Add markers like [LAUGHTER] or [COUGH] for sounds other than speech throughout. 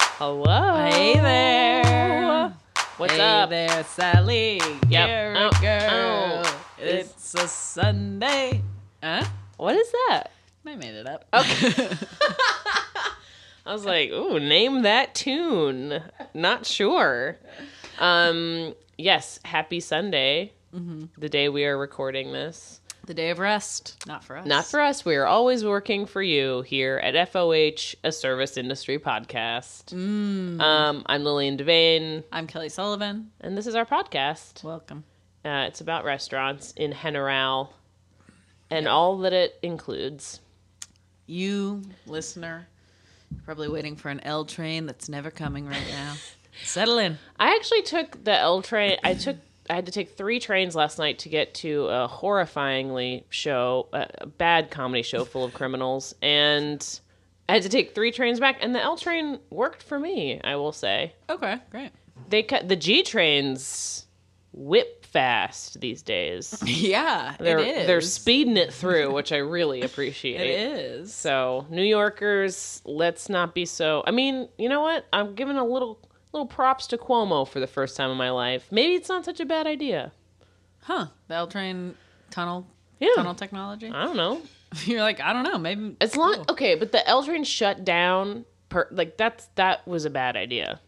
Hello. Hey there. What's Hey up? there, Sally? Yep. Oh, Here Ow, we go. ow. It's a Sunday. Huh? What is that? I made it up. Okay. I was like, ooh, name that tune. Not sure. Um, yes, happy Sunday, the day we are recording this. [LAUGHS] the day of rest. Not for us. Not for us. We are always working for you here at FOH, a service industry podcast. Mm. Um, I'm Lillian Devane, I'm Kelly Sullivan. and this is our podcast. Welcome. Uh, it's about restaurants in Henneral and all that it includes. You, listener, you're probably waiting for an L train that's never coming right [LAUGHS] now. Settle in. I actually took the L train. I took. I had to take three trains last night to get to a horrifyingly show, a a bad comedy show full of criminals, and I had to take three trains back. And the L train worked for me. I will say Okay, great. they cut the G trains whip fast these days. [LAUGHS] Yeah, They're it is. they're speeding it through, which I really appreciate. It is. So, New Yorkers, let's not be so. I mean, you know what? I'm giving a little little props to Cuomo for the first time in my life. Maybe it's not such a bad idea. Huh. The L train tunnel Yeah. tunnel technology. I don't know. [LAUGHS] You're like, I don't know, maybe As long Cool. okay, but the L train shut down per like that's that was a bad idea.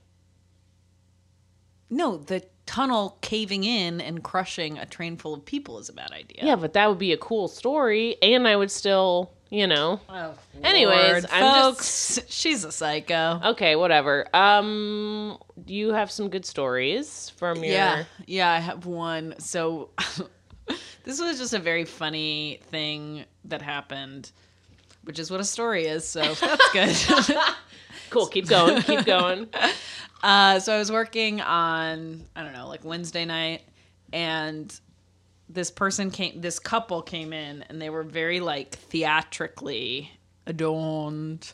No, the tunnel caving in and crushing a train full of people is a bad idea. Yeah, but that would be a cool story and I would still, you know. Anyways, Anyways, Oh, I'm just folks, she's a psycho. Okay, whatever. Um do you have some good stories from your Yeah, yeah, I have one. So [LAUGHS] this was just a very funny thing that happened, which is what a story is. So [LAUGHS] that's good. Cool, keep going. Keep going. [LAUGHS] Uh, so I was working on I don't know like Wednesday night, and this person came, this couple came in, and they were very like theatrically adorned.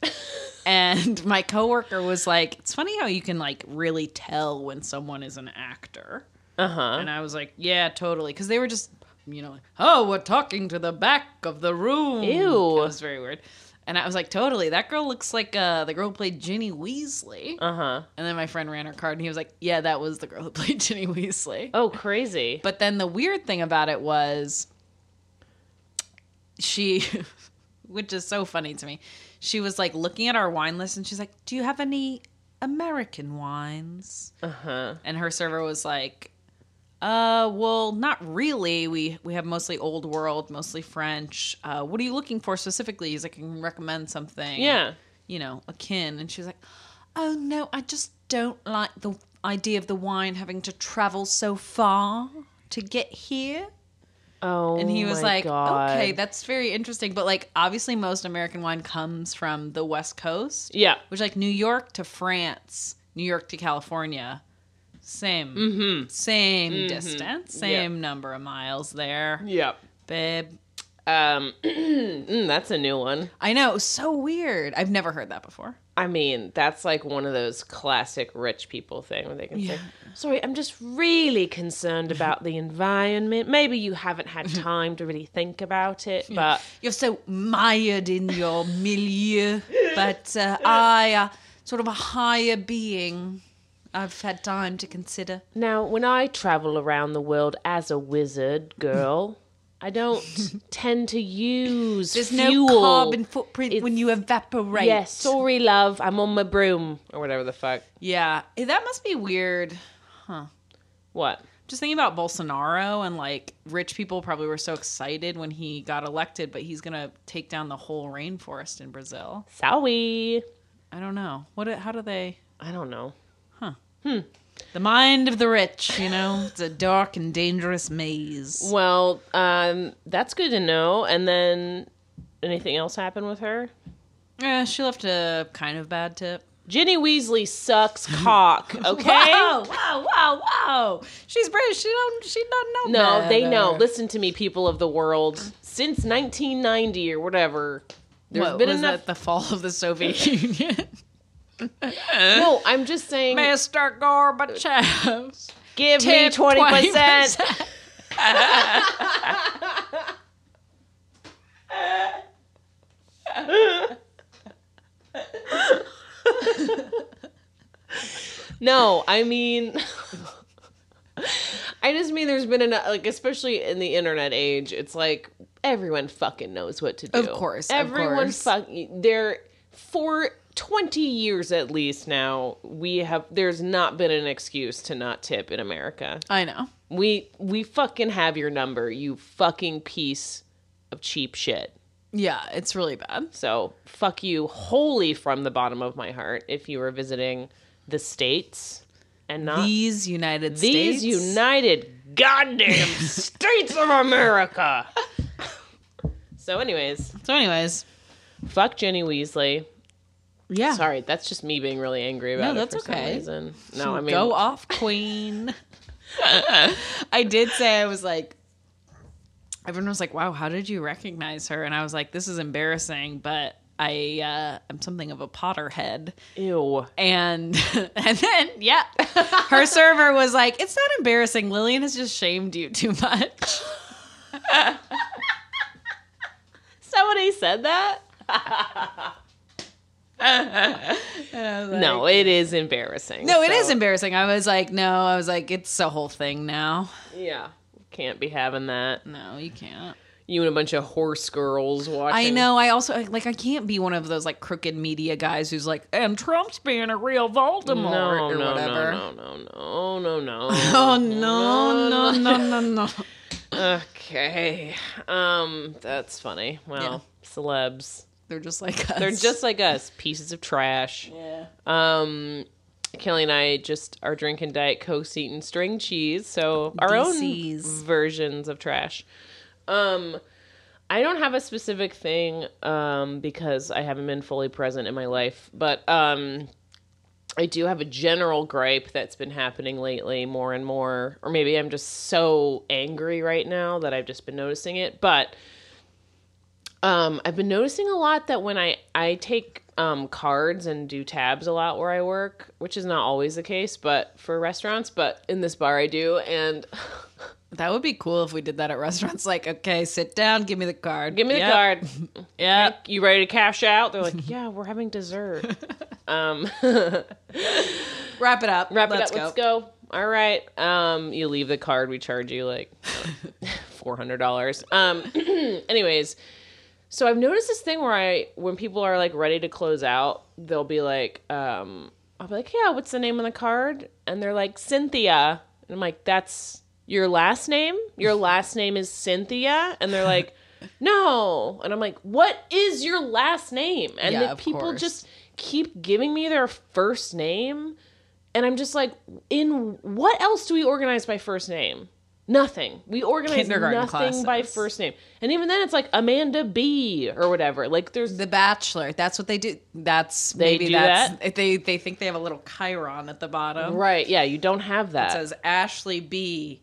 and my coworker was like, "It's funny how you can like really tell when someone is an actor." Uh-huh. And I was like, "Yeah, totally," because they were just you know, like, oh, we're talking to the back of the room. Ew. it was very weird. And I was like, totally. That girl looks like uh, the girl who played Ginny Weasley. Uh-huh. And then my friend ran her card and he was like, Yeah, that was the girl who played [LAUGHS] Ginny Weasley. Oh, crazy. But then the weird thing about it was she, [LAUGHS] which is so funny to me, she was like looking at our wine list and she's like, Do you have any American wines? Uh huh. And her server was like, uh well not really we we have mostly old world mostly french uh what are you looking for specifically he's like i can recommend something Yeah. you know, akin. And she was like, Oh no, I just don't like the idea of the wine having to travel so far to get here. Oh. And he was my like, God. Okay, that's very interesting. But like, obviously, most American wine comes from the West Coast, yeah. which, like, New York to France, New York to California. Same, Mm-hmm. same Mhm. distance, same number of miles there, Yep. babe. Um, [CLEARS THROAT] mm, that's a new one. I know, so weird. I've never heard that before. I mean, that's like one of those classic rich people thing where they can say, Yeah. "Sorry, I'm just really [LAUGHS] concerned about the environment. Maybe you haven't had time to really think about it, but You're so mired in your milieu, but uh, I, uh, sort of a higher being, I've had time to consider. Now, when I travel around the world as a wizard girl, I don't [LAUGHS] tend to use There's fuel. no carbon footprint It's- when you evaporate. Yes, sorry, love. I'm on my broom or whatever the fuck. Yeah, Eh, that must be weird. What? Just thinking about Bolsonaro and like rich people probably were so excited when he got elected, but he's gonna take down the whole rainforest in Brazil. Sorry. I don't know what. How do they? I don't know. The mind of the rich, you know, it's a dark and dangerous maze. Well, um, that's good to know. And then anything else happened with her? Yeah, she left a kind of bad tip. Ginny Weasley sucks cock, okay? Wow, wow, wow, wow. She's British. She don't she don't know. No, they better. know. Listen to me, people of the world. Since 1990 or whatever, there's What, been was enough that the fall of [LAUGHS] the Soviet Union. No, I'm just saying. Mr. Gorbachev. give me tip twenty percent. 20%. No, I mean, [LAUGHS] I just mean there's been an like, especially in the internet age, it's like everyone fucking knows what to do. Of course, of everyone course. fucking. There for twenty years at least now, we have. There's not been an excuse to not tip in America. I know. We we fucking have your number. You fucking piece of cheap shit. Yeah, it's really bad. So fuck you wholly from the bottom of my heart if you were visiting the states and not These United Uh, these States. United [LAUGHS] Goddamn States of America. so, anyways, So, anyways, fuck Jenny Weasley. yeah. Sorry, that's just me being really angry about No, it that's for okay. some reason. No, I mean, go [LAUGHS] off, Queen. I did say I was like, everyone was like, "Wow, how did you recognize her?" And I was like, "This is embarrassing," but I uh, I'm something of a Potterhead, ew. and [LAUGHS] and then yeah, [LAUGHS] her server was like, "It's not embarrassing. Lillian has just shamed you too much." Somebody said that. And [LAUGHS] I was like, No, it is embarrassing. no, it so- is embarrassing. I was like, no, I was like, it's a whole thing now. Yeah, can't be having that. No, you can't. You and a bunch of horse girls watching. I know. I also like. I can't be one of those like crooked media guys who's like, and Trump's being a real Voldemort No, or no, whatever. no, no, no, no, no, [LAUGHS] Oh no. no, no, no, no, no. [LAUGHS] [LAUGHS] okay. Um, that's funny. Well, celebs. They're just like us. They're just like us, pieces of trash. Yeah. Um, Kelly and I just are drinking Diet Coke, eating string cheese, so our DCs. own versions of trash. Um, I don't have a specific thing um, because I haven't been fully present in my life, but um, I do have a general gripe that's been happening lately more and more, or maybe I'm just so angry right now that I've just been noticing it, but um, I've been noticing a lot that when I I take um, cards and do tabs a lot where I work, which is not always the case, but for restaurants, but in this bar I do, and That would be cool if we did that at restaurants. Like, okay, sit down, give me the card, give me the Yep. card. Yep. You ready to cash out? They're like, yeah, we're having dessert. um, Wrap it up. wrap Let's it up. Let's go. All right. Um, you leave the card. We charge you like [LAUGHS] four hundred dollars. Um, [CLEARS THROAT] anyways, so I've noticed this thing where I, when people are like ready to close out, they'll be like, um, I'll be like, yeah, what's the name on the card? And they're like Cynthia, and I'm like, that's your last name. [LAUGHS] Your last name is Cynthia, and they're like. No. And I'm like, what is your last name? And Yeah, the of people course. just keep giving me their first name. And I'm just like, in what else do we organize by first name? Nothing. We organize Kindergarten nothing by classes. first name. And even then, it's like Amanda B or whatever. Like, there's The Bachelor. That's what they do. That's They maybe do that's they they think they have a little chiron at the bottom. right. Yeah, you don't have that. It says Ashley B.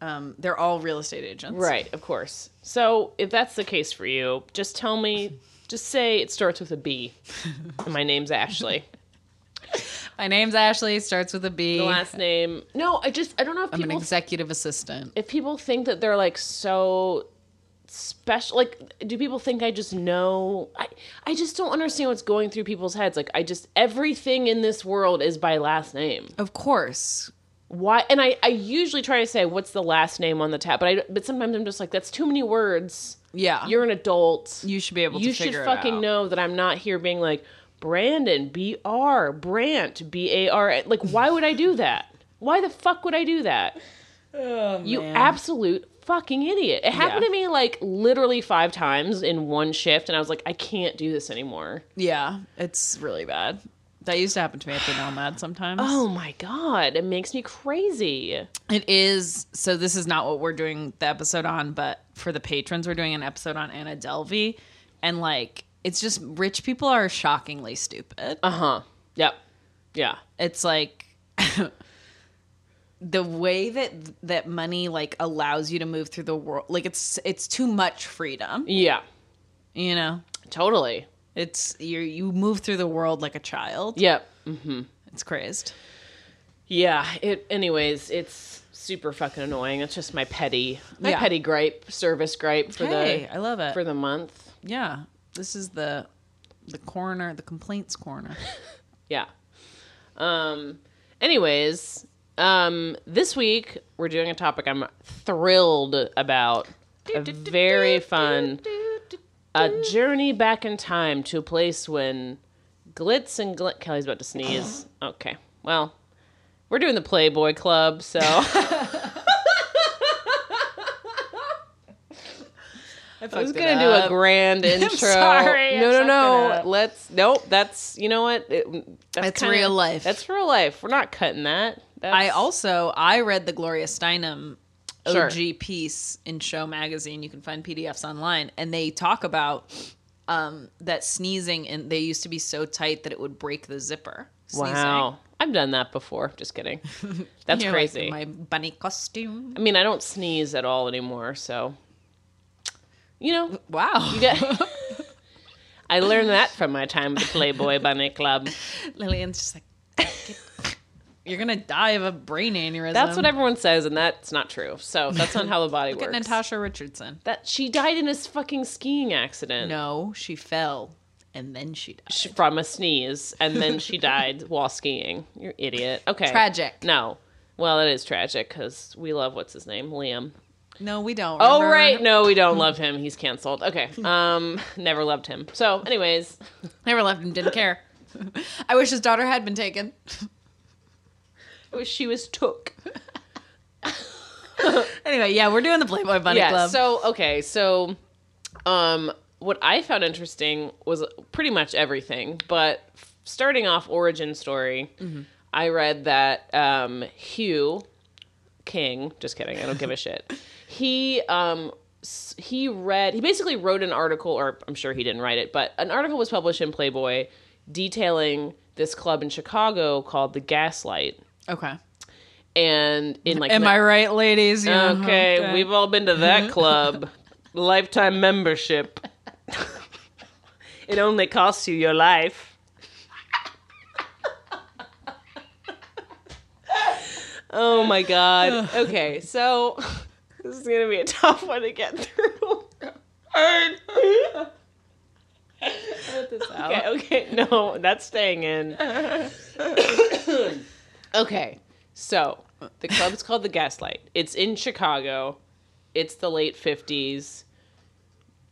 Um, they're all real estate agents. Right, of course. So if that's the case for you, just tell me, just say it starts with a B. [LAUGHS] and my name's Ashley. My name's Ashley. Starts with a B. The last name. No, I just, I don't know if I'm an people executive assistant. if people think that they're like so special like do people think i just know i i just don't understand what's going through people's heads like i just everything in this world is by last name Of course. why and i i usually try to say what's the last name on the tab but i but sometimes i'm just like that's too many words Yeah. you're an adult you should be able to you should figure it fucking out. know that i'm not here being like brandon b-r brant b-a-r like why would i do that why the fuck would i do that you absolute fucking idiot. It happened Yeah. to me like literally five times in one shift, and I was like, I can't do this anymore. yeah, it's really bad. That used to happen to me at the Nomad sometimes. Oh my God. It makes me crazy. It is. So this is not what we're doing the episode on, but for the patrons, we're doing an episode on Anna Delvey, and like it's just rich people are shockingly stupid. Uh huh. Yep. Yeah. it's like [LAUGHS] the way that that money like allows you to move through the world like it's it's too much freedom Yeah. you know Totally. it's you you move through the world like a child Yep. it's crazed Yeah. It, anyways, it's super fucking annoying. It's just my petty, my Yeah. petty gripe, service gripe for hey i love the, it for the month. yeah this is the the corner the complaints corner Yeah. Um, Anyways, um, this week we're doing a topic I'm thrilled about. A very fun a journey back in time to a place when glitz and glint. Kelly's about to sneeze. Okay, well, we're doing the Playboy Club, so I I was gonna do a grand intro. sorry, I no, no, fucked it no. up. Let's nope. That's you know what. It- that's That's real life. That's real life. We're not cutting that. That's, I also I read the Gloria Steinem Sure. OG piece in Show Magazine. You can find PDFs online, and they talk about um, that sneezing, and they used to be so tight that it would break the zipper. Sneezing. wow. I've done that before. Just [LAUGHS] kidding. That's You're like, crazy. my bunny costume. I mean, I don't sneeze at all anymore, so you know. Wow, Yeah. [LAUGHS] I learned that from my time at the Playboy Bunny Club. [LAUGHS] Lillian's just like. You're gonna die of a brain aneurysm. That's what everyone says, and that's not true. So that's not how the body Um, [LAUGHS] Look at works. Natasha Richardson. That she died in a fucking skiing accident No, she fell, and then she died. Sh- from a sneeze, and then [LAUGHS] she died while skiing. You're idiot. Okay, Tragic. No, well, it is tragic because we love what's his name, Liam. No, we don't. Oh remember? right, no, we don't [LAUGHS] love him. He's canceled. Okay, um, never loved him. So, anyways, Never left him, didn't care. [LAUGHS] I wish his daughter had been taken. I wish she was took. Anyway, yeah, we're doing the Playboy Bunny yeah, Club. So okay, so um what I found interesting was pretty much everything, but f- starting off origin story, I read that um Hugh King, just kidding, I don't give a shit. He um s- he read he basically wrote an article or I'm sure he didn't write it, but an article was published in Playboy detailing this club in Chicago called the Gaslight okay. and in like Am ni- I right, ladies? Yeah, Okay, we've all been to that club. Lifetime membership. it only costs you your life. oh my god. Okay, so this is gonna be a tough one to get through. okay, okay, no, that's staying in. [COUGHS] okay, so the club's called the Gaslight. It's in Chicago. It's the late fifties.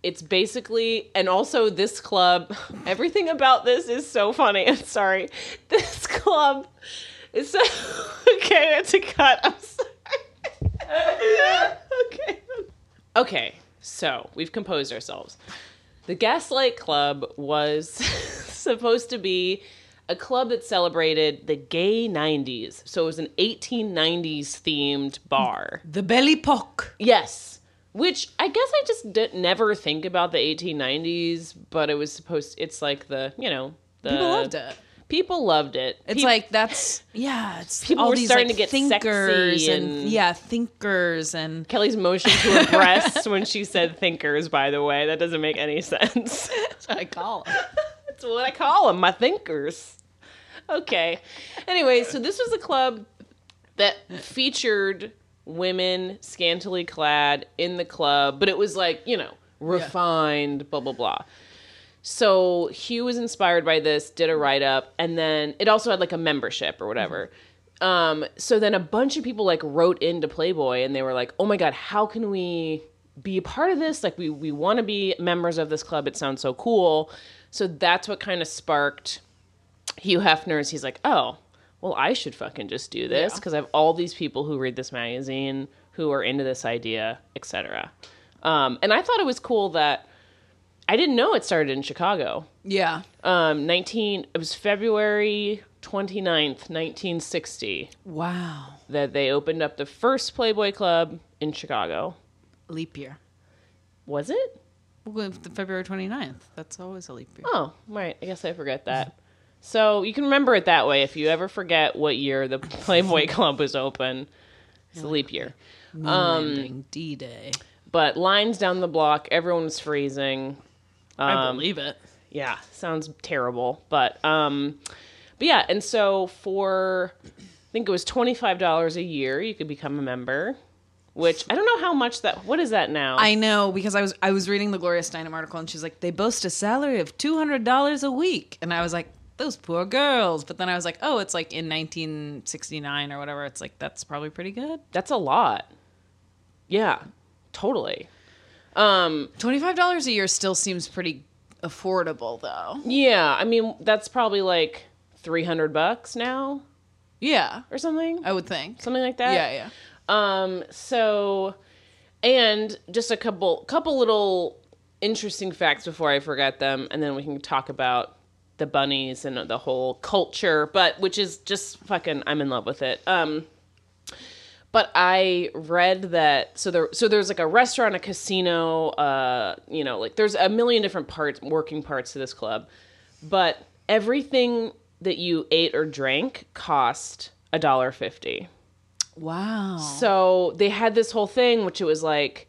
It's basically, and also this club. [LAUGHS] Everything about this is so funny. [LAUGHS] I'm sorry. This club is so [LAUGHS] okay. It's a cut. I'm sorry. [LAUGHS] okay. Okay. So we've composed ourselves. The Gaslight Club was [LAUGHS] supposed to be a club that celebrated the gay 90s. So it was an 1890s themed bar. The Belly Pock. Yes. Which I guess I just did never think about the 1890s, but it was supposed it's like the, you know, the People loved it. People loved it. It's Uh, Peop- like that's [SIGHS] yeah. It's People all were these, starting like, to get thinkers sexy and- yeah, thinkers and Kelly's motion [LAUGHS] to her breasts when she said thinkers, by the way. That doesn't make any sense. that's what I call. That's what I call them, my thinkers. Okay. Anyway, so this was a club that featured women scantily clad in the club, but it was like, you know, refined, blah, blah, blah. So Hugh was inspired by this, did a write up, and then it also had like a membership or whatever. Um, so then a bunch of people like wrote into Playboy and they were like, "Oh my god, how can we be a part of this? Like we we want to be members of this club. It sounds so cool." So that's what kind of sparked Hugh Hefner's. He's like, "Oh, well, I should fucking just do this Yeah. because I have all these people who read this magazine who are into this idea, etc." Um, and I thought it was cool that I didn't know it started in Chicago [LAUGHS] Yeah. um 19 it was february 29th 1960 Wow. that they opened up the first playboy club in chicago Leap year. was it Well, the February 29th. That's always a leap year. oh right i guess i forgot that so you can remember it that way if you ever forget what year the [LAUGHS] playboy club was open it's a leap year Um, D Day. but lines down the block everyone was freezing um, I believe it. yeah sounds terrible but um but yeah and so for i think it was $25 a year you could become a member which i don't know how much that what is that now I know because I was I was reading the Gloria Steinem article and she's like they boast a salary of two hundred dollars a week and I was like "Th- those poor girls. But then I was like, oh, it's like in 1969 or whatever. It's like that's probably pretty good. That's a lot. Yeah, totally. Twenty five dollars a year still seems pretty affordable, though. Yeah, I mean that's probably like three hundred bucks now Yeah, or something, I would think. something like that. Oh, Yeah, yeah. Um, so, and just a couple couple little interesting facts before I forget them, and then we can talk about the bunnies and the whole culture, but which is just fucking I'm in love with it. Um, but I read that so there so there's like a restaurant, a casino, uh, you know, like there's a million different parts, working parts to this club, but everything that you ate or drank cost a dollar fifty. Wow. So they had this whole thing, which it was like,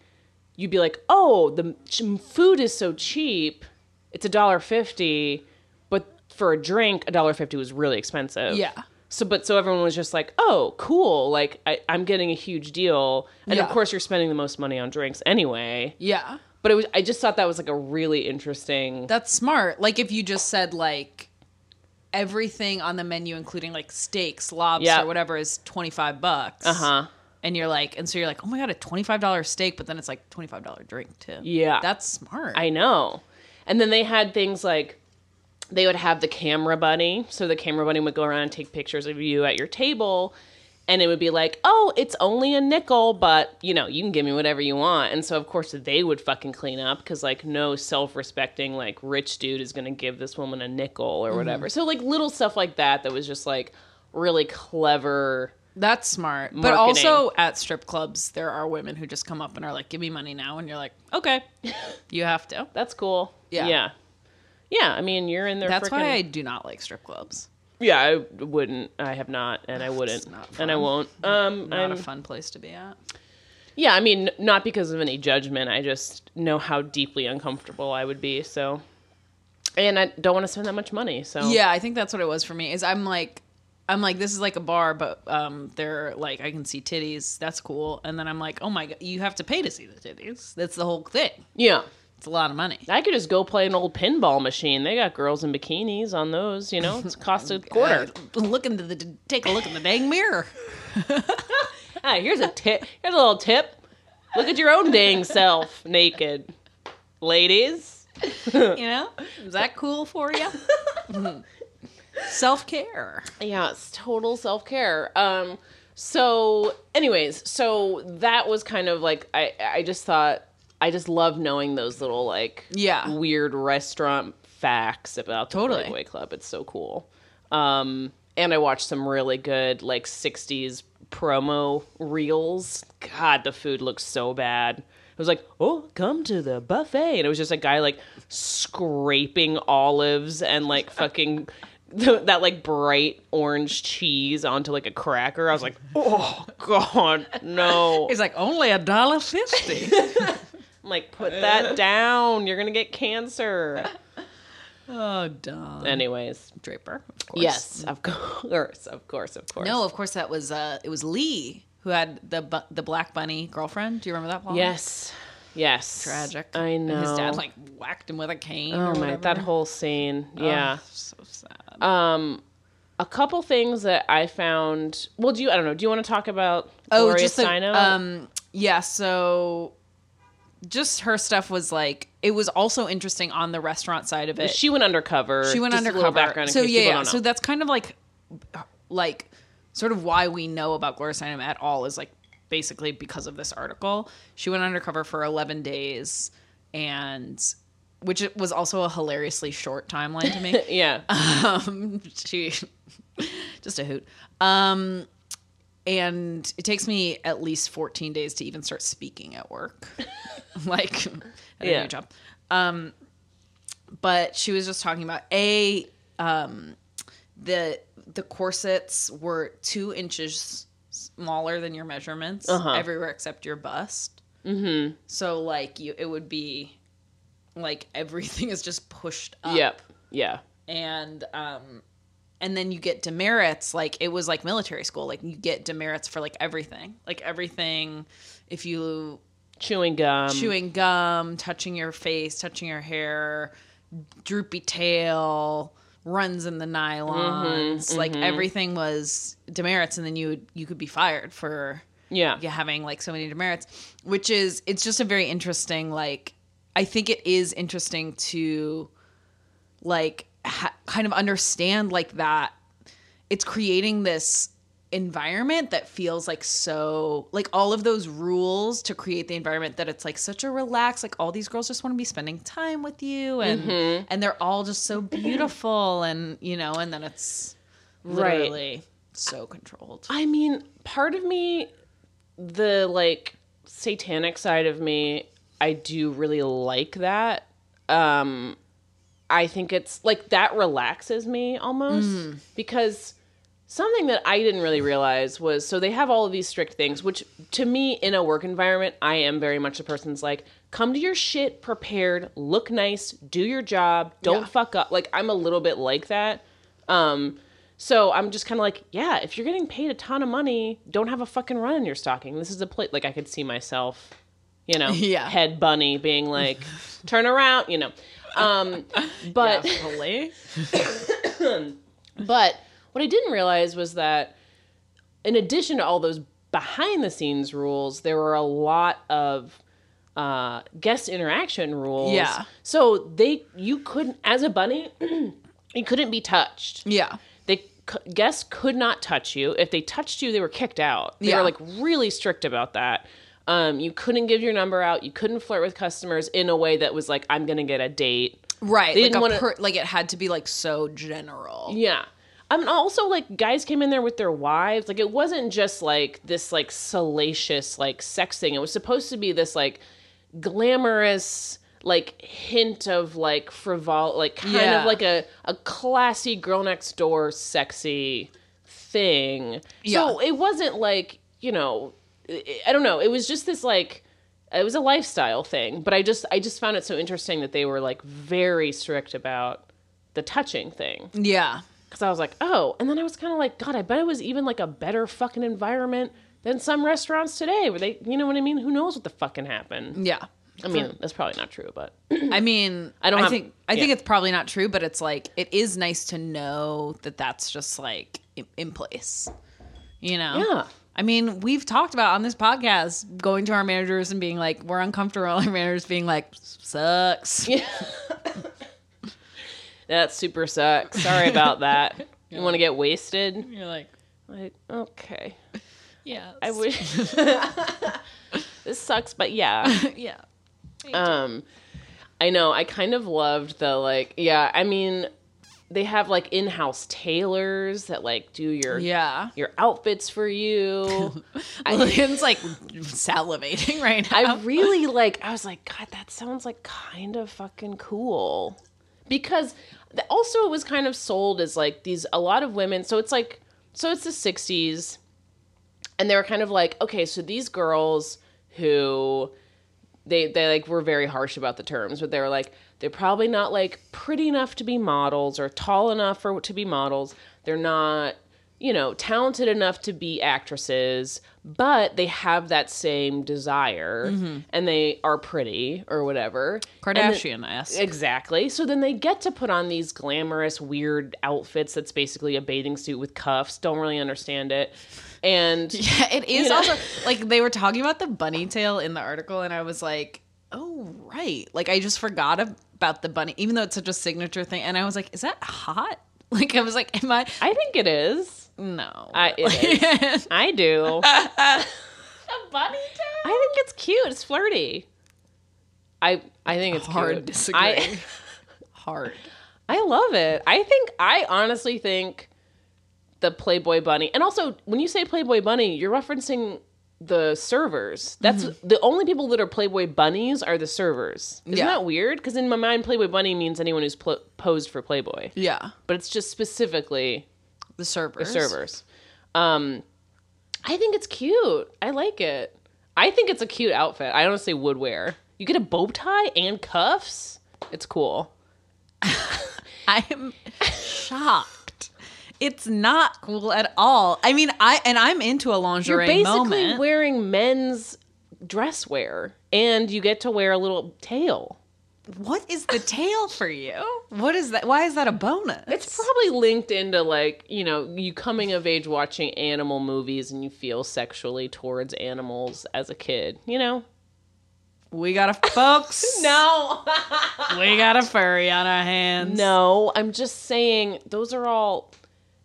you'd be like, oh, the ch- food is so cheap, it's a dollar fifty, but for a drink, a dollar fifty was really expensive. Yeah. So, but so everyone was just like, oh, cool, like I, I'm getting a huge deal, and of Yeah. course you're spending the most money on drinks anyway. yeah, But it was, I just thought that was like a really interesting. that's smart. Like if you just said like everything on the menu, including like steaks, lobster, Yeah. whatever, is twenty five bucks. Uh huh. And you're like, and so you're like, oh my god, a twenty five dollar steak, but then it's like twenty five dollar drink too. Yeah. that's smart. I know. And then they had things like they would have the camera bunny. So the camera bunny would go around and take pictures of you at your table. And it would be like, oh, it's only a nickel, but you know, you can give me whatever you want. And so, of course, they would fucking clean up because, like, no self respecting, like, rich dude is going to give this woman a nickel Mm-hmm. or whatever. So, like, little stuff like that that was just like really clever. That's smart. But Marketing. also at strip clubs, there are women who just come up and are like, give me money now. And you're like, okay, you have to. That's cool. Yeah. Yeah. Yeah. I mean, you're in there. That's frickin- why I do not like strip clubs. Yeah, I wouldn't. I have not, and I wouldn't, not and I fun. won't. Um, Not I'm, a fun place to be at. yeah, I mean, n- not because of any judgment. I just know how deeply uncomfortable I would be. So, and I don't want to spend that much money. So, Yeah, I think that's what it was for me. Is I'm like, I'm like, this is like a bar, but um, they're like, I can see titties. That's cool. And then I'm like, oh my god, you have to pay to see the titties. That's the whole thing. yeah, It's a lot of money. I could just go play an old pinball machine. They got girls in bikinis on those. You know, [LAUGHS] it's cost a quarter. Uh, look into the take a look in the dang mirror. Hi, here's a tip. Here's a little tip. Look at your own dang self naked, ladies. You know, is that cool [LAUGHS] for Mm-hmm. you? Self care. Yeah, it's total self care. Um, so, anyways, so that was kind of like I, I just thought I just love knowing those little like Yeah. weird restaurant facts about the Totally. Playboy Club. It's so cool. Um, and I watched some really good like '60s promo reels. God, the food looks so bad. It was like, oh, come to the buffet, and it was just a guy like scraping olives and like fucking [LAUGHS] th- that like bright orange cheese onto like a cracker. I was like, oh god, no! He's like only a dollar [LAUGHS] fifty. I'm like, put that down. You're gonna get cancer. oh, Don Anyways, Draper. Of course. yes, of course, of course, of course. No, of course that was uh, it was Lee who had the bu- the black bunny girlfriend. Do you remember that? Paul? Yes. Yes. Tragic. I know. And his dad like whacked him with a cane. Oh or my, whatever. that whole scene. Oh, Yeah. Uh, Um, so sad. A couple things that I found. Well, do you? I don't know. Do you want to talk about Gloria Oh, the- Steinem? um, yeah. So, just her stuff was like it was also interesting on the restaurant side of it. she went undercover. she went Just a little undercover. background. In so case yeah, people yeah. don't know. so that's kind of like, like, sort of why we know about Gloria Steinem at all is like basically because of this article. She went undercover for eleven days, and which it was also a hilariously short timeline [LAUGHS] to me. yeah. um, [LAUGHS] she just a hoot. Um, and it takes me at least 14 days to even start speaking at work, [LAUGHS] like at a Yeah. new job. Um, but she was just talking about a um, the the corsets were two inches smaller than your measurements Uh-huh. everywhere except your bust. Mm-hmm. So like you, it would be like everything is just pushed up Yep. Yeah. and um and then you get demerits like it was like military school like you get demerits for like everything like everything if you Chewing gum. chewing gum touching your face touching your hair droopy tail runs in the nylons, like everything was demerits, and then you would, you could be fired for Yeah. yeah, having like so many demerits, which is it's just a very interesting like I think it is interesting to like ha- kind of understand like that it's creating this environment that feels like so like all of those rules to create the environment that it's like such a relaxed like all these girls just want to be spending time with you and and they're all just so beautiful and you know and then it's Right. literally so controlled I mean, part of me, the like satanic side of me, I do really like that. Um, I think it's like that relaxes me almost Mm. because something that I didn't really realize was so they have all of these strict things, which to me in a work environment, I am very much the person's like, come to your shit prepared, look nice, do your job, don't Yeah. fuck up. Like I'm a little bit like that. Um, so I'm just kind of like, yeah, if you're getting paid a ton of money, don't have a fucking run in your stocking. This is a plate. Like I could see myself, you know, [LAUGHS] Yeah. head bunny being like, turn around, you know. [LAUGHS] Um, but Definitely. but what I didn't realize was that in addition to all those behind the scenes rules, there were a lot of uh, guest interaction rules. Yeah. So they you couldn't as a bunny, [CLEARS THROAT] you couldn't be touched. yeah They c- guests could not touch you. If they touched you, they were kicked out. They Yeah. were like really strict about that. Um, you couldn't give your number out. You couldn't flirt with customers in a way that was like, I'm gonna get a date. Right. They like didn't a wanna- per- like it had to be like so general. Yeah. I mean, also like guys came in there with their wives. Like it wasn't just like this like salacious like sex thing. It was supposed to be this like glamorous like hint of like frivol like kind Yeah. of like a a classy girl next door sexy thing. So it wasn't like you know I- I don't know. It was just this like it was a lifestyle thing. But I just I just found it so interesting that they were like very strict about the touching thing Yeah. because I was like, oh, and then I was kind of like, God, I bet it was even like a better fucking environment than some restaurants today, where they, you know what I mean? Who knows what the fucking happened? Yeah. I mean, that's probably not true, but [LAUGHS] I mean, Hmm. I don't have- think I think yeah. it's probably not true, but it's like it is nice to know that that's just like in, in place. You know. Yeah. I mean, we've talked about on this podcast going to our managers and being like, we're uncomfortable. [LAUGHS] Our managers being like, sucks. that super sucks. Sorry about that. You want to get wasted? You're like, Like, okay, yeah, [LAUGHS] I wish. [LAUGHS] this sucks, but yeah. yeah, Um, I know. I kind of loved the like. Yeah, I mean, they have like in-house tailors that like do your yeah. your outfits for you. [LAUGHS] Lillian's like salivating [LAUGHS] right now. I really like. I was like, God, that sounds like kind of fucking cool, because th- also it was kind of sold as like these a lot of women. So it's like, so it's the '60s, and they were kind of like, okay, so these girls who they they like were very harsh about the terms, but they were like they're probably not like pretty enough to be models or tall enough for to be models. They're not you know talented enough to be actresses, but they have that same desire and they are pretty or whatever. And then- Kardashian esque. Exactly. So then they get to put on these glamorous, weird outfits that's basically a bathing suit with cuffs. Don't really understand it. And [LAUGHS] Yeah, it is know? also like they were talking about the bunny tail in the article, and I was like, oh right, like I just forgot ab- about the bunny, even though it's such a signature thing. And I was like, is that hot? [LAUGHS] Like I was like, am I? I think it is. No, I, it is. I do. [LAUGHS] a bunny tail. I think it's cute. It's flirty. I I think it's Hard cute. disagreeing. I [LAUGHS] Hard. I love it. I think I honestly think the Playboy bunny. And also when you say Playboy bunny, you're referencing the servers. That's the only people that are Playboy bunnies are the servers. Isn't Mm-hmm. Yeah. that weird? Because in my mind, Playboy bunny means anyone who's pl- posed for Playboy, Yeah, but it's just specifically the servers. servers. Um, I think it's cute. I like it. I think it's a cute outfit. I honestly would wear. You get a bow tie and cuffs. It's cool. I am shocked. It's not cool at all. I mean, I and I'm into a You're lingerie basically moment. wearing men's dress wear, and you get to wear a little tail. what is the tail for you? What is that? Why is that a bonus? It's probably linked into like, you know, you coming of age watching animal movies and you feel sexually towards animals as a kid, you know? we got a folks. [LAUGHS] No. we got a furry on our hands. no, I'm just saying those are all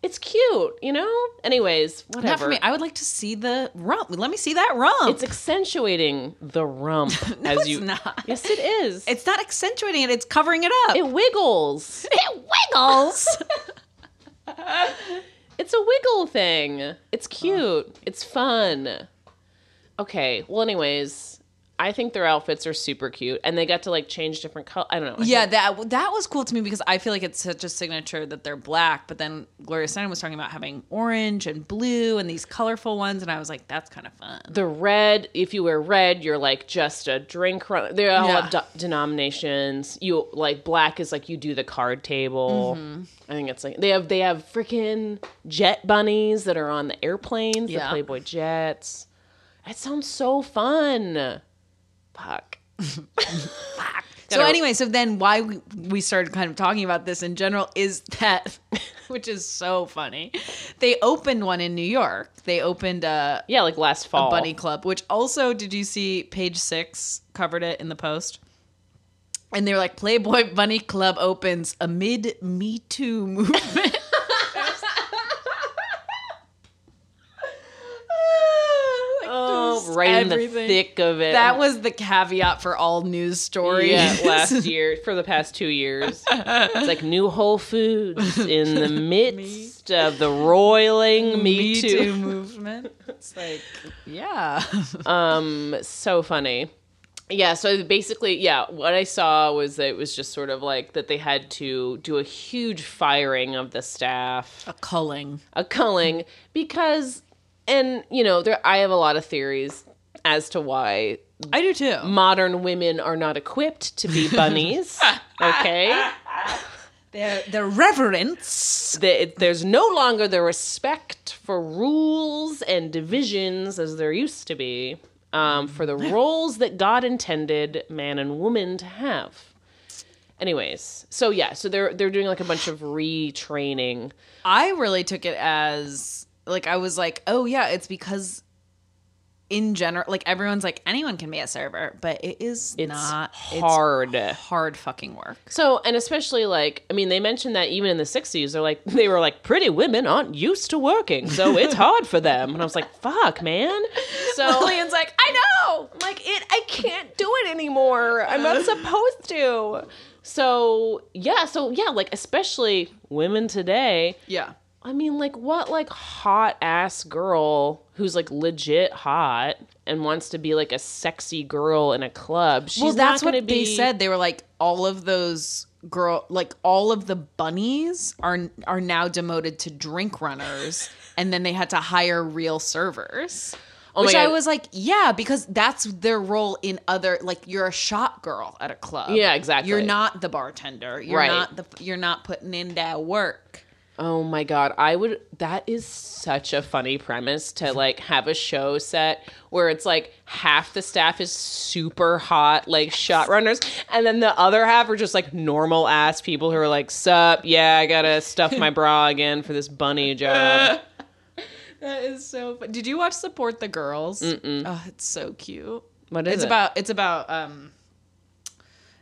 it's cute, you know? Anyways, whatever. Not for me. I would like to see the rump. Let me see that rump. it's accentuating the rump [LAUGHS] no, as it's you not. Yes it is. It's not accentuating it. It's covering it up. it wiggles. [LAUGHS] it wiggles. It's a wiggle thing. It's cute. It's fun. Okay. Well, anyways, I think their outfits are super cute, and they got to like change different color. I don't know. I [LAUGHS] yeah, think- that that was cool to me because I feel like it's such a signature that they're black. But then Gloria Steinem was talking about having orange and blue and these colorful ones, and I was like, that's kind of fun. the red. If you wear red, you're like just a drink. Run- they all Yeah. have de- denominations. You like black is like you do the card table. Mm-hmm. I think it's like they have they have freaking jet bunnies that are on the airplanes, Yeah. the Playboy jets. That sounds so fun. Fuck. So Gotta- anyway, so then why we- we started kind of talking about this in general is that, [LAUGHS] which is so funny, they opened one in New York. They opened a, Yeah, like last fall. a bunny club, which also did you see Page Six covered it in the post, and they were like Playboy Bunny Club opens amid Me Too movement. [LAUGHS] Like, Oh, just right in the everything. thick of it. That was the caveat for all news stories. yeah, [LAUGHS] last year for the past two years. It's like new Whole Foods in [LAUGHS] the midst of the roiling Me, Too. [LAUGHS] movement. It's like, yeah. Um, so funny. Yeah, so basically, yeah, what I saw was that it was just sort of like that they had to do a huge firing of the staff. A culling. a culling because and you know there i have a lot of theories as to why I do too. modern women are not equipped to [LAUGHS] be bunnies okay The, the reverence. The- it- there's no longer the respect for rules and divisions as there used to be um, for the roles that God intended man and woman to have. Anyways, so yeah, so they're they're doing like a bunch of retraining. I really took it as, like, I was like, oh, yeah, it's because in general, like, everyone's like, anyone can be a server, but it is It's not hard. It's hard fucking work. So, and especially like, I mean, they mentioned that even in the 60s, they're like, [LAUGHS] they were like, pretty women aren't used to working, so it's hard for them. And I was like, fuck, man. So, Lillian's like, I know. I'm like, it, I can't do it anymore. I'm [LAUGHS] not supposed to. So, yeah, so yeah, like, especially women today. Yeah. I mean, like, what, like, hot ass girl who's like legit hot and wants to be like a sexy girl in a club? She's well, that's not what gonna they be, said. They were like, all of those girl, like all of the bunnies are are now demoted to drink runners, and then they had to hire real servers. Oh my which I God. was like, yeah, because that's their role in other. Like, you're a shot girl at a club. Yeah, exactly. You're not the bartender. You're Right. not the. You're not putting in that work. Oh my god, I would that is such a funny premise to like have a show set where it's like half the staff is super hot like shot runners and then the other half are just like normal ass people who are like sup, yeah, I got to stuff my bra again for this bunny job. That is so. Fun. Did you watch Support the Girls? Oh, it's so cute. What is it's it? about it's about um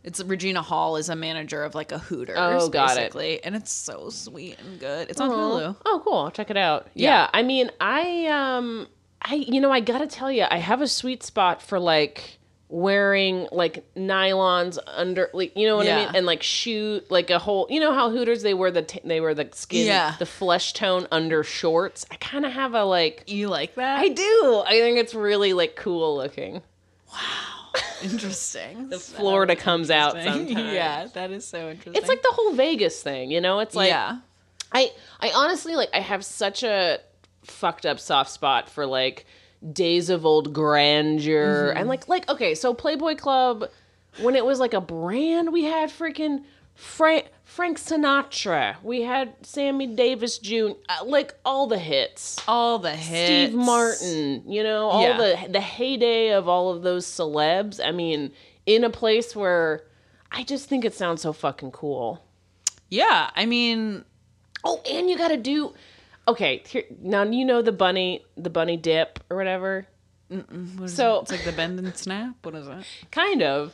it's Regina Hall is a manager of like a Hooters Oh, got it. basically and it's so sweet and good. It's on Aw. Hulu. Oh, cool. I'll check it out. Yeah. Yeah. I mean, I um I you know, I got to tell you, I have a sweet spot for like wearing like nylons under like you know what I Yeah. mean and like shoe like a whole you know how hooters they wear the t- they wear the skin Yeah. the flesh tone under shorts. I kind of have a like You like that? I do. I think it's really like cool looking. interesting. The [LAUGHS] Florida comes out [LAUGHS] sometimes. yeah, that is so interesting. It's like the whole Vegas thing, you know? It's like yeah. I I honestly like I have such a fucked up soft spot for like days of old grandeur Mm-hmm. and like like okay so Playboy Club when it was like a brand we had freaking Frank Frank Sinatra we had Sammy Davis Jr. uh, like all the hits All the hits. Steve Martin, you know, all Yeah. the the heyday of all of those celebs. I mean, in a place where I just think it sounds so fucking cool. Yeah, I mean, Oh, and you got to do. Okay, here, now you know the bunny, the bunny dip or whatever. what is So- it? it's like the bend and snap. What is that? Kind of.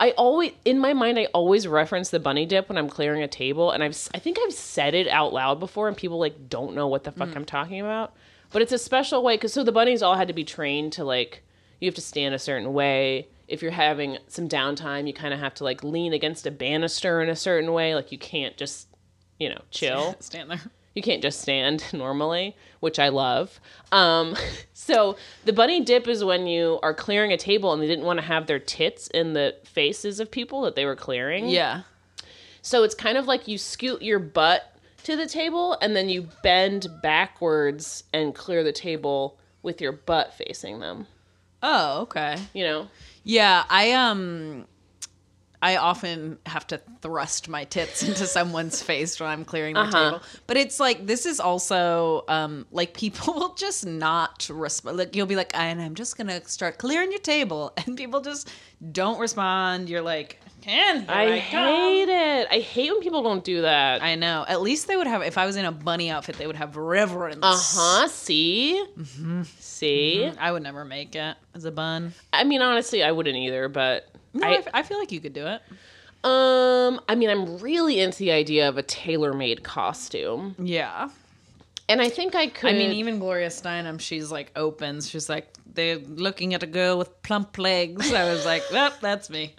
I always, in my mind, I always reference the bunny dip when I'm clearing a table, and I've, s- I think I've said it out loud before, and people like don't know what the Mm. fuck I'm talking about. But it's a special way because so the bunnies all had to be trained to like, you have to stand a certain way. If you're having some downtime, you kind of have to like lean against a banister in a certain way. Like you can't just, you know, [LAUGHS] chill. Stand there. you can't just stand [LAUGHS] normally, which I love. Um, [LAUGHS] so the bunny dip is when you are clearing a table and they didn't want to have their tits in the faces of people that they were clearing. Yeah. So it's kind of like you scoot your butt to the table and then you bend backwards and clear the table with your butt facing them. Oh, okay. You know, Yeah, I um I often have to thrust my tits into [LAUGHS] someone's face when I'm clearing the Uh-huh. table. But it's like this is also um like people [LAUGHS] will just not respond. Like you'll be like, and I'm just gonna start clearing your table, [LAUGHS] and people just don't respond. You're like, can here I, I, come." hate it. I hate when people don't do that. I know. At least they would have. If I was in a bunny outfit, they would have reverence. Uh huh. See, Mm-hmm. see. I would never make it as a bun. I mean, honestly, I wouldn't either. But No, I, I feel like you could do it. Um, I mean, I'm really into the idea of a tailor-made costume, Yeah. and I think I could. I mean, even Gloria Steinem, she's like opens. She's like, they're looking at a girl with plump legs. I was like, [LAUGHS] well, that's me.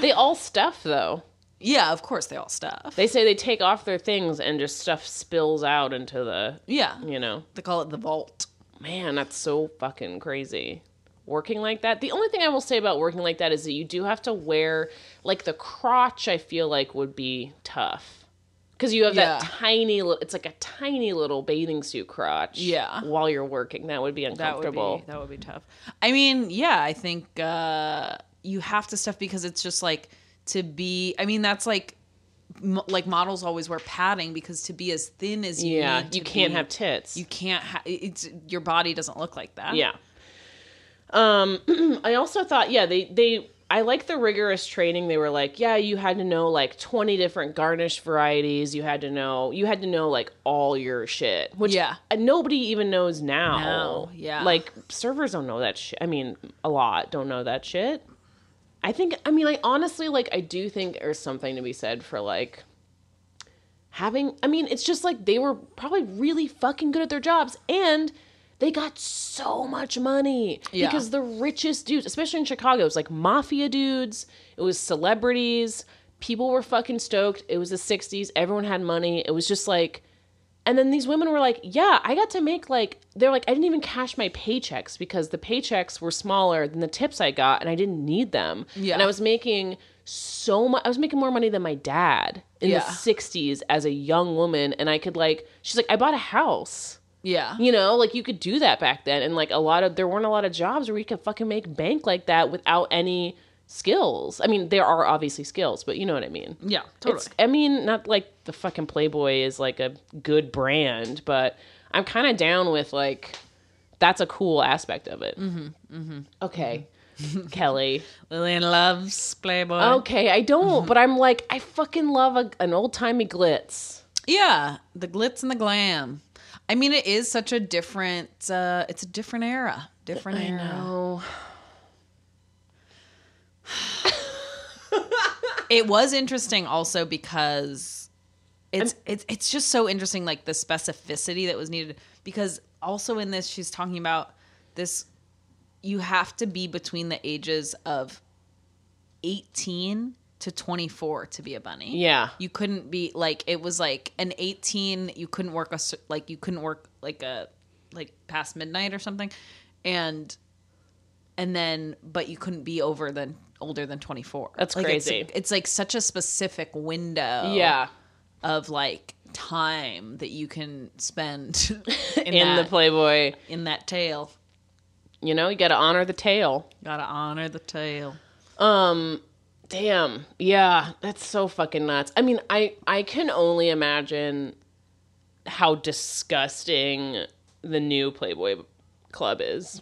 they all stuff though. Yeah, of course they all stuff. They say they take off their things and just stuff spills out into the, yeah, you know. they call it the vault. Man, that's so fucking crazy. Working like that. The only thing I will say about working like that is that you do have to wear like the crotch. I feel like would be tough because you have that Yeah. tiny. li- It's like a tiny little bathing suit crotch. Yeah. While you're working, that would be That would uncomfortable. be that would be tough. I mean, yeah, I think uh, you have to stuff because it's just like to be. I mean, that's like mo- like models always wear padding because to be as thin as you yeah, need you to can't be, have tits. you can't ha- it's your body doesn't look like that Yeah. Um, [CLEARS THROAT] I also thought, yeah, they they I like the rigorous training. They were like, yeah, you had to know like twenty different garnish varieties. You had to know you had to know like all your shit, which Yeah. uh, nobody even knows now. Now, yeah. like servers don't know that shit. I mean, a lot don't know that shit. I think. I mean, I honestly like. I do think there's something to be said for like having i mean it's just like they were probably really fucking good at their jobs and they got so much money Yeah. because the richest dudes especially in chicago it was like mafia dudes it was celebrities people were fucking stoked it was the 60s everyone had money it was just like and then these women were like yeah i got to make like they're like i didn't even cash my paychecks because the paychecks were smaller than the tips i got and i didn't need them Yeah. and i was making so much i was making more money than my dad in Yeah. the 60s as a young woman and I could like she's like I bought a house. yeah You know, like you could do that back then and like a lot of there weren't a lot of jobs where you could fucking make bank like that without any skills. I mean, there are obviously skills, but you know what I mean. yeah totally It's I mean, not like the fucking Playboy is like a good brand, but I'm kind of down with like that's a cool aspect of it. Mm-hmm, mm-hmm. Okay. Kelly. Lillian loves Playboy. Okay, I don't, but I'm like, I fucking love a, an old timey glitz. Yeah, the glitz and the glam. I mean, it is such a different. Uh, it's a different era. Different era. Oh, It was interesting also because it's it's it's just so interesting, like the specificity that was needed. Because also in this, she's talking about this. You have to be between the ages of eighteen to twenty four to be a bunny. yeah. you couldn't be like it was like an 18 you couldn't work a cer- like you couldn't work like a like past midnight or something and and then but you couldn't be over than older than 24 That's Like, it's- crazy. it's, like such a specific window Yeah. of like time that you can spend [LAUGHS] in, In, the that, Playboy, in that tail you know, you got to honor the tail. gotta honor the tail Damn. Yeah, that's so fucking nuts. I mean, I I can only imagine how disgusting the new Playboy club is.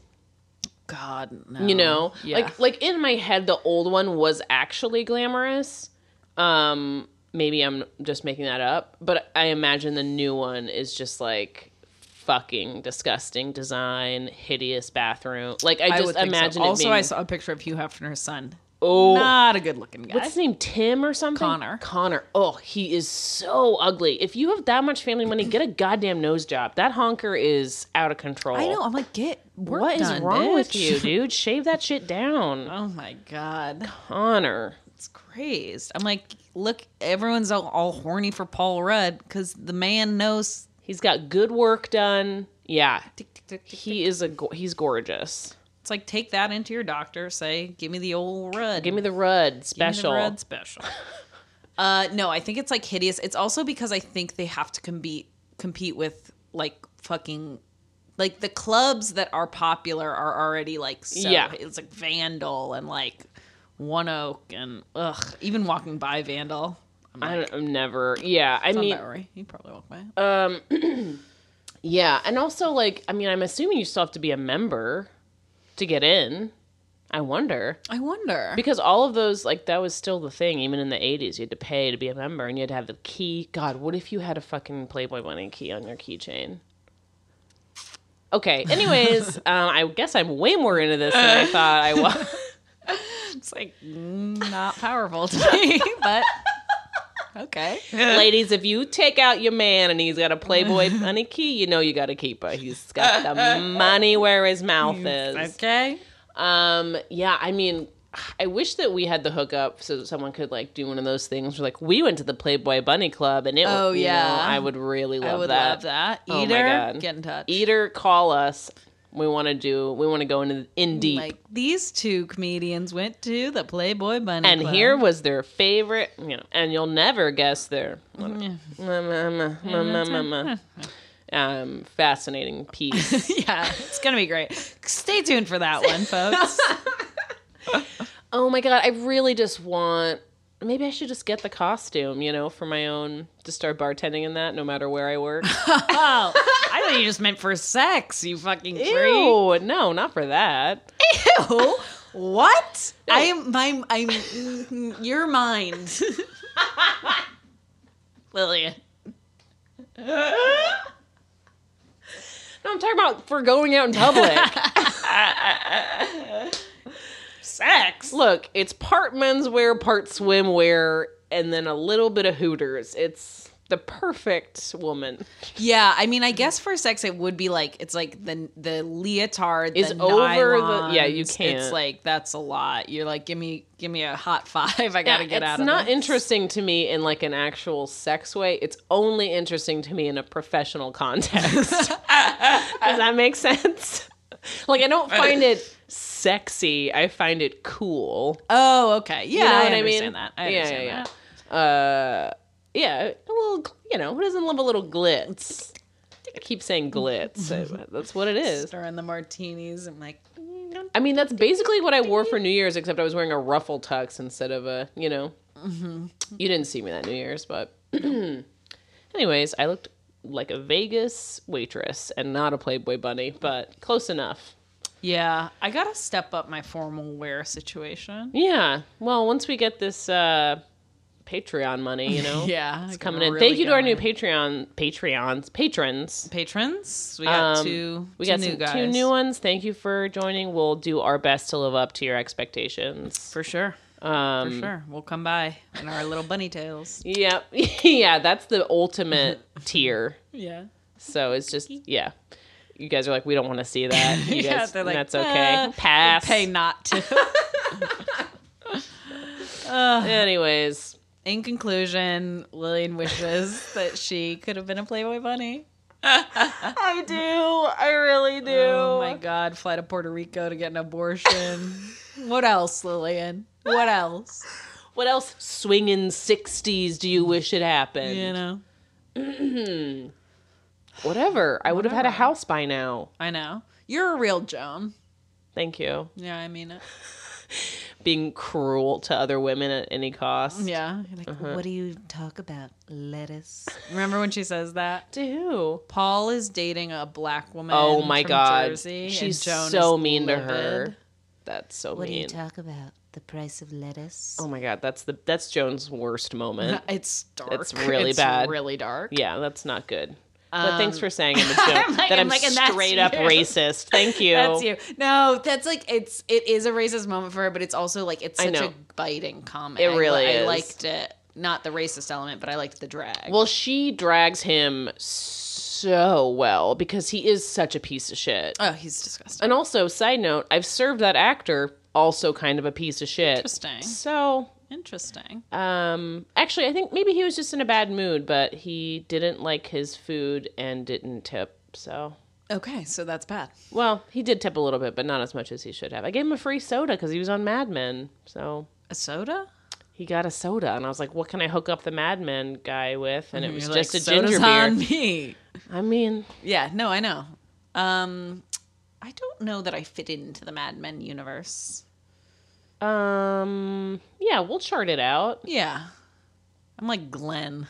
God, no. you know Um, Yeah. like like in my head the old one was actually glamorous um maybe i'm just making that up but i imagine the new one is just like fucking disgusting design hideous bathroom like i I just would think so. imagine it Also, being, I saw a picture of Hugh Hefner's son. oh Not a good-looking guy. what's his name tim or something Connor. connor oh he is so ugly if you have that much family money [CLEARS THROAT] get a goddamn nose job that honker is out of control I know. I'm like, get work what is done, wrong with bitch. you [LAUGHS] dude shave that shit down Oh my god, connor it's crazed. I'm like, look, everyone's all, all horny for Paul Rudd because the man knows. He's got good work done. Yeah. Tick, tick, tick, tick, He is a go- he's gorgeous. It's like take that into your doctor. Say, give me the old Rudd. Give me the Rudd special. Give me the Rudd special. [LAUGHS] uh, no, I think it's like hideous. It's also because I think they have to compete compete with like fucking like the clubs that are popular are already like so Yeah. it's like Vandal and like One Oak and ugh even walking by Vandal. I'm I don't, I'm never. Yeah, I not mean, worry. You probably walk by. yeah, and also like, I mean, I'm assuming you still have to be a member to get in. I wonder I wonder. because all of those like that was still the thing even in the 80s. You had to pay to be a member, and you had to have the key. God, what if you had a fucking Playboy bunny key on your keychain? Okay. [LAUGHS] Anyways, um, I guess I'm way more into this than I thought I [LAUGHS] was. it's like not powerful to [LAUGHS] me, but okay. Ladies, if you take out your man and he's got a [LAUGHS] Playboy money key, you know you got to keep her. He's got the money where his mouth is. Okay. Um, yeah, I mean, I wish that we had the hookup so that someone could like do one of those things where like we went to the Playboy Bunny Club and it. Oh, you yeah. know, I would really love I would that. love that. Either Oh, my God. get in touch. Eater, call us. We want to do. We want to go into in deep. Like these two comedians went to the Playboy Bunny and Club. here was their favorite, you know, and you'll never guess [LAUGHS] their mm, um, fascinating piece. [LAUGHS] yeah, it's gonna be great. Stay tuned for that one, folks. [LAUGHS] Oh my god, I really just want maybe I should just get the costume, you know, for my own to start bartending in that no matter where I work. oh, I thought you just meant for sex. You fucking freak. Ew, no, not for that. Ew. What? I'm my I'm your mind, [LAUGHS] [LAUGHS] Lillian. No, I'm talking about for going out in public. Sex. Look, it's part menswear, part swimwear, and then a little bit of hooters. It's the perfect woman. Yeah, I mean, I guess for sex it would be like it's like the the leotard Is the over the- yeah, you nylons. It's can't. like that's a lot. You're like, give me give me a hot five. I gotta get it's out of not this. interesting to me in like an actual sex way. It's only interesting to me in a professional [LAUGHS] context. Does that make sense? Like I don't find it sexy. I find it cool. oh, okay. You Yeah, know I what I, understand mean? that. I yeah, understand yeah, that. yeah. Uh, yeah, a little. gl- You know, who doesn't love a little glitz? I keep saying [LAUGHS] glitz. I- That's what it is. Stirring the martinis. I'm like, mm, I mean, that's basically what I wore for New Year's, except I was wearing a ruffle tux instead of a, you know. Mm-hmm. You didn't see me that New Year's, but. [CLEARS THROAT] Anyways, I looked like a Vegas waitress and not a Playboy bunny, but close enough. yeah. I gotta step up my formal wear situation. Yeah. Well, once we get this uh, Patreon money, you know. [LAUGHS] Yeah, It's I can coming in. really Thank you to our go new in. Patreon Patreons patrons. patrons. We got Um, two. We two got new some, guys two new ones. Thank you for joining. We'll do our best to live up to your expectations. for sure. Um, For sure, we'll come by in our little [LAUGHS] bunny tails. Yeah, yeah, that's the ultimate tier. Yeah. So it's just yeah. You guys are like, we don't want to see that. [LAUGHS] You Yeah, guys, they're like, that's okay. "Uh, Pass. Pay [LAUGHS] not [LAUGHS] to. Anyways, In conclusion, [LAUGHS] Lillian wishes that she could have been a Playboy bunny. I do. I really do. Oh my God, fly to Puerto Rico to get [LAUGHS] an abortion. what else, Lillian? What else? What else? Swinging '60s. Do you wish it happened? You know, Whatever. I would have had a Whatever. house by now. I know. You're a real Joan. Thank you. Yeah, I mean it. being cruel to other women at any cost. Yeah. Like, what do you talk about? Lettuce. Remember when she says that? To who? Paul is dating a black woman. Oh my from God. Jersey, and She's Joan so is mean to livid. her. That's so What do mean. you talk about? The price of lettuce. oh my god, that's the that's Joan's worst [LAUGHS] moment. It's dark. It's really bad. Really dark. yeah, that's not good. but thanks for saying in the Um, [LAUGHS] I'm joke like- that I'm I'm, like, and that's straight up you. racist. [LAUGHS] Thank you. That's you. No, that's like it's it is a racist moment for her, but it's also like it's I such a know. biting comment. It I- really I, is. liked it. Not the racist element, but I liked the drag. Well, she drags him so well because he is such a piece of shit. oh, he's disgusting. And also, side note, I've served that actor also kind of a piece of shit. Interesting. So, Interesting. um, actually, I think maybe he was just in a bad mood, but he didn't like his food and didn't tip. So, Okay, so that's bad. well, he did tip a little bit, but not as much as he should have. I gave him a free soda because he was on Mad Men. So A soda? he got a soda, and I was like, "What can I hook up the Mad Men guy with?" And it was You're just like, a "Soda's ginger beer. on me. I mean, Yeah, no, I know. Um I don't know that I fit into the Mad Men universe. um, yeah, we'll chart it [LAUGHS] out. Yeah. I'm like Glenn.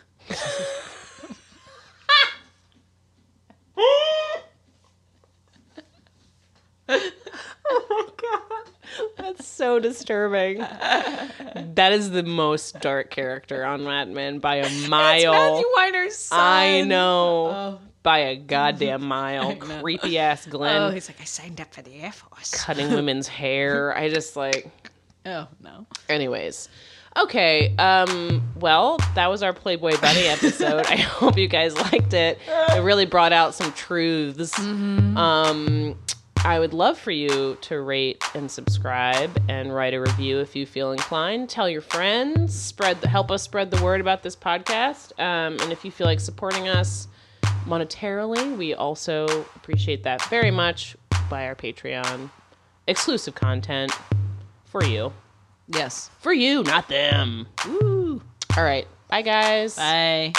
That's so disturbing. [LAUGHS] that is the most dark character on Mad Men by [LAUGHS] a mile. Matthew Weiner's son. I know. Oh. By a [LAUGHS] goddamn mile. know. Creepy ass Glenn Oh, he's like, I signed up for the Air Force. cutting women's hair. I just like Oh no. anyways. Okay, um, well, that was our Playboy Bunny episode. I [LAUGHS] hope you guys liked it. It really brought out some truths. Um, I would love for you to rate and subscribe and write a review if you feel inclined. Tell your friends, spread the, help us spread the word about this podcast. Um, and if you feel like supporting us monetarily, we also appreciate that very much by our Patreon. Exclusive content for you. Yes. For you, not them. All right. Bye, guys. Bye.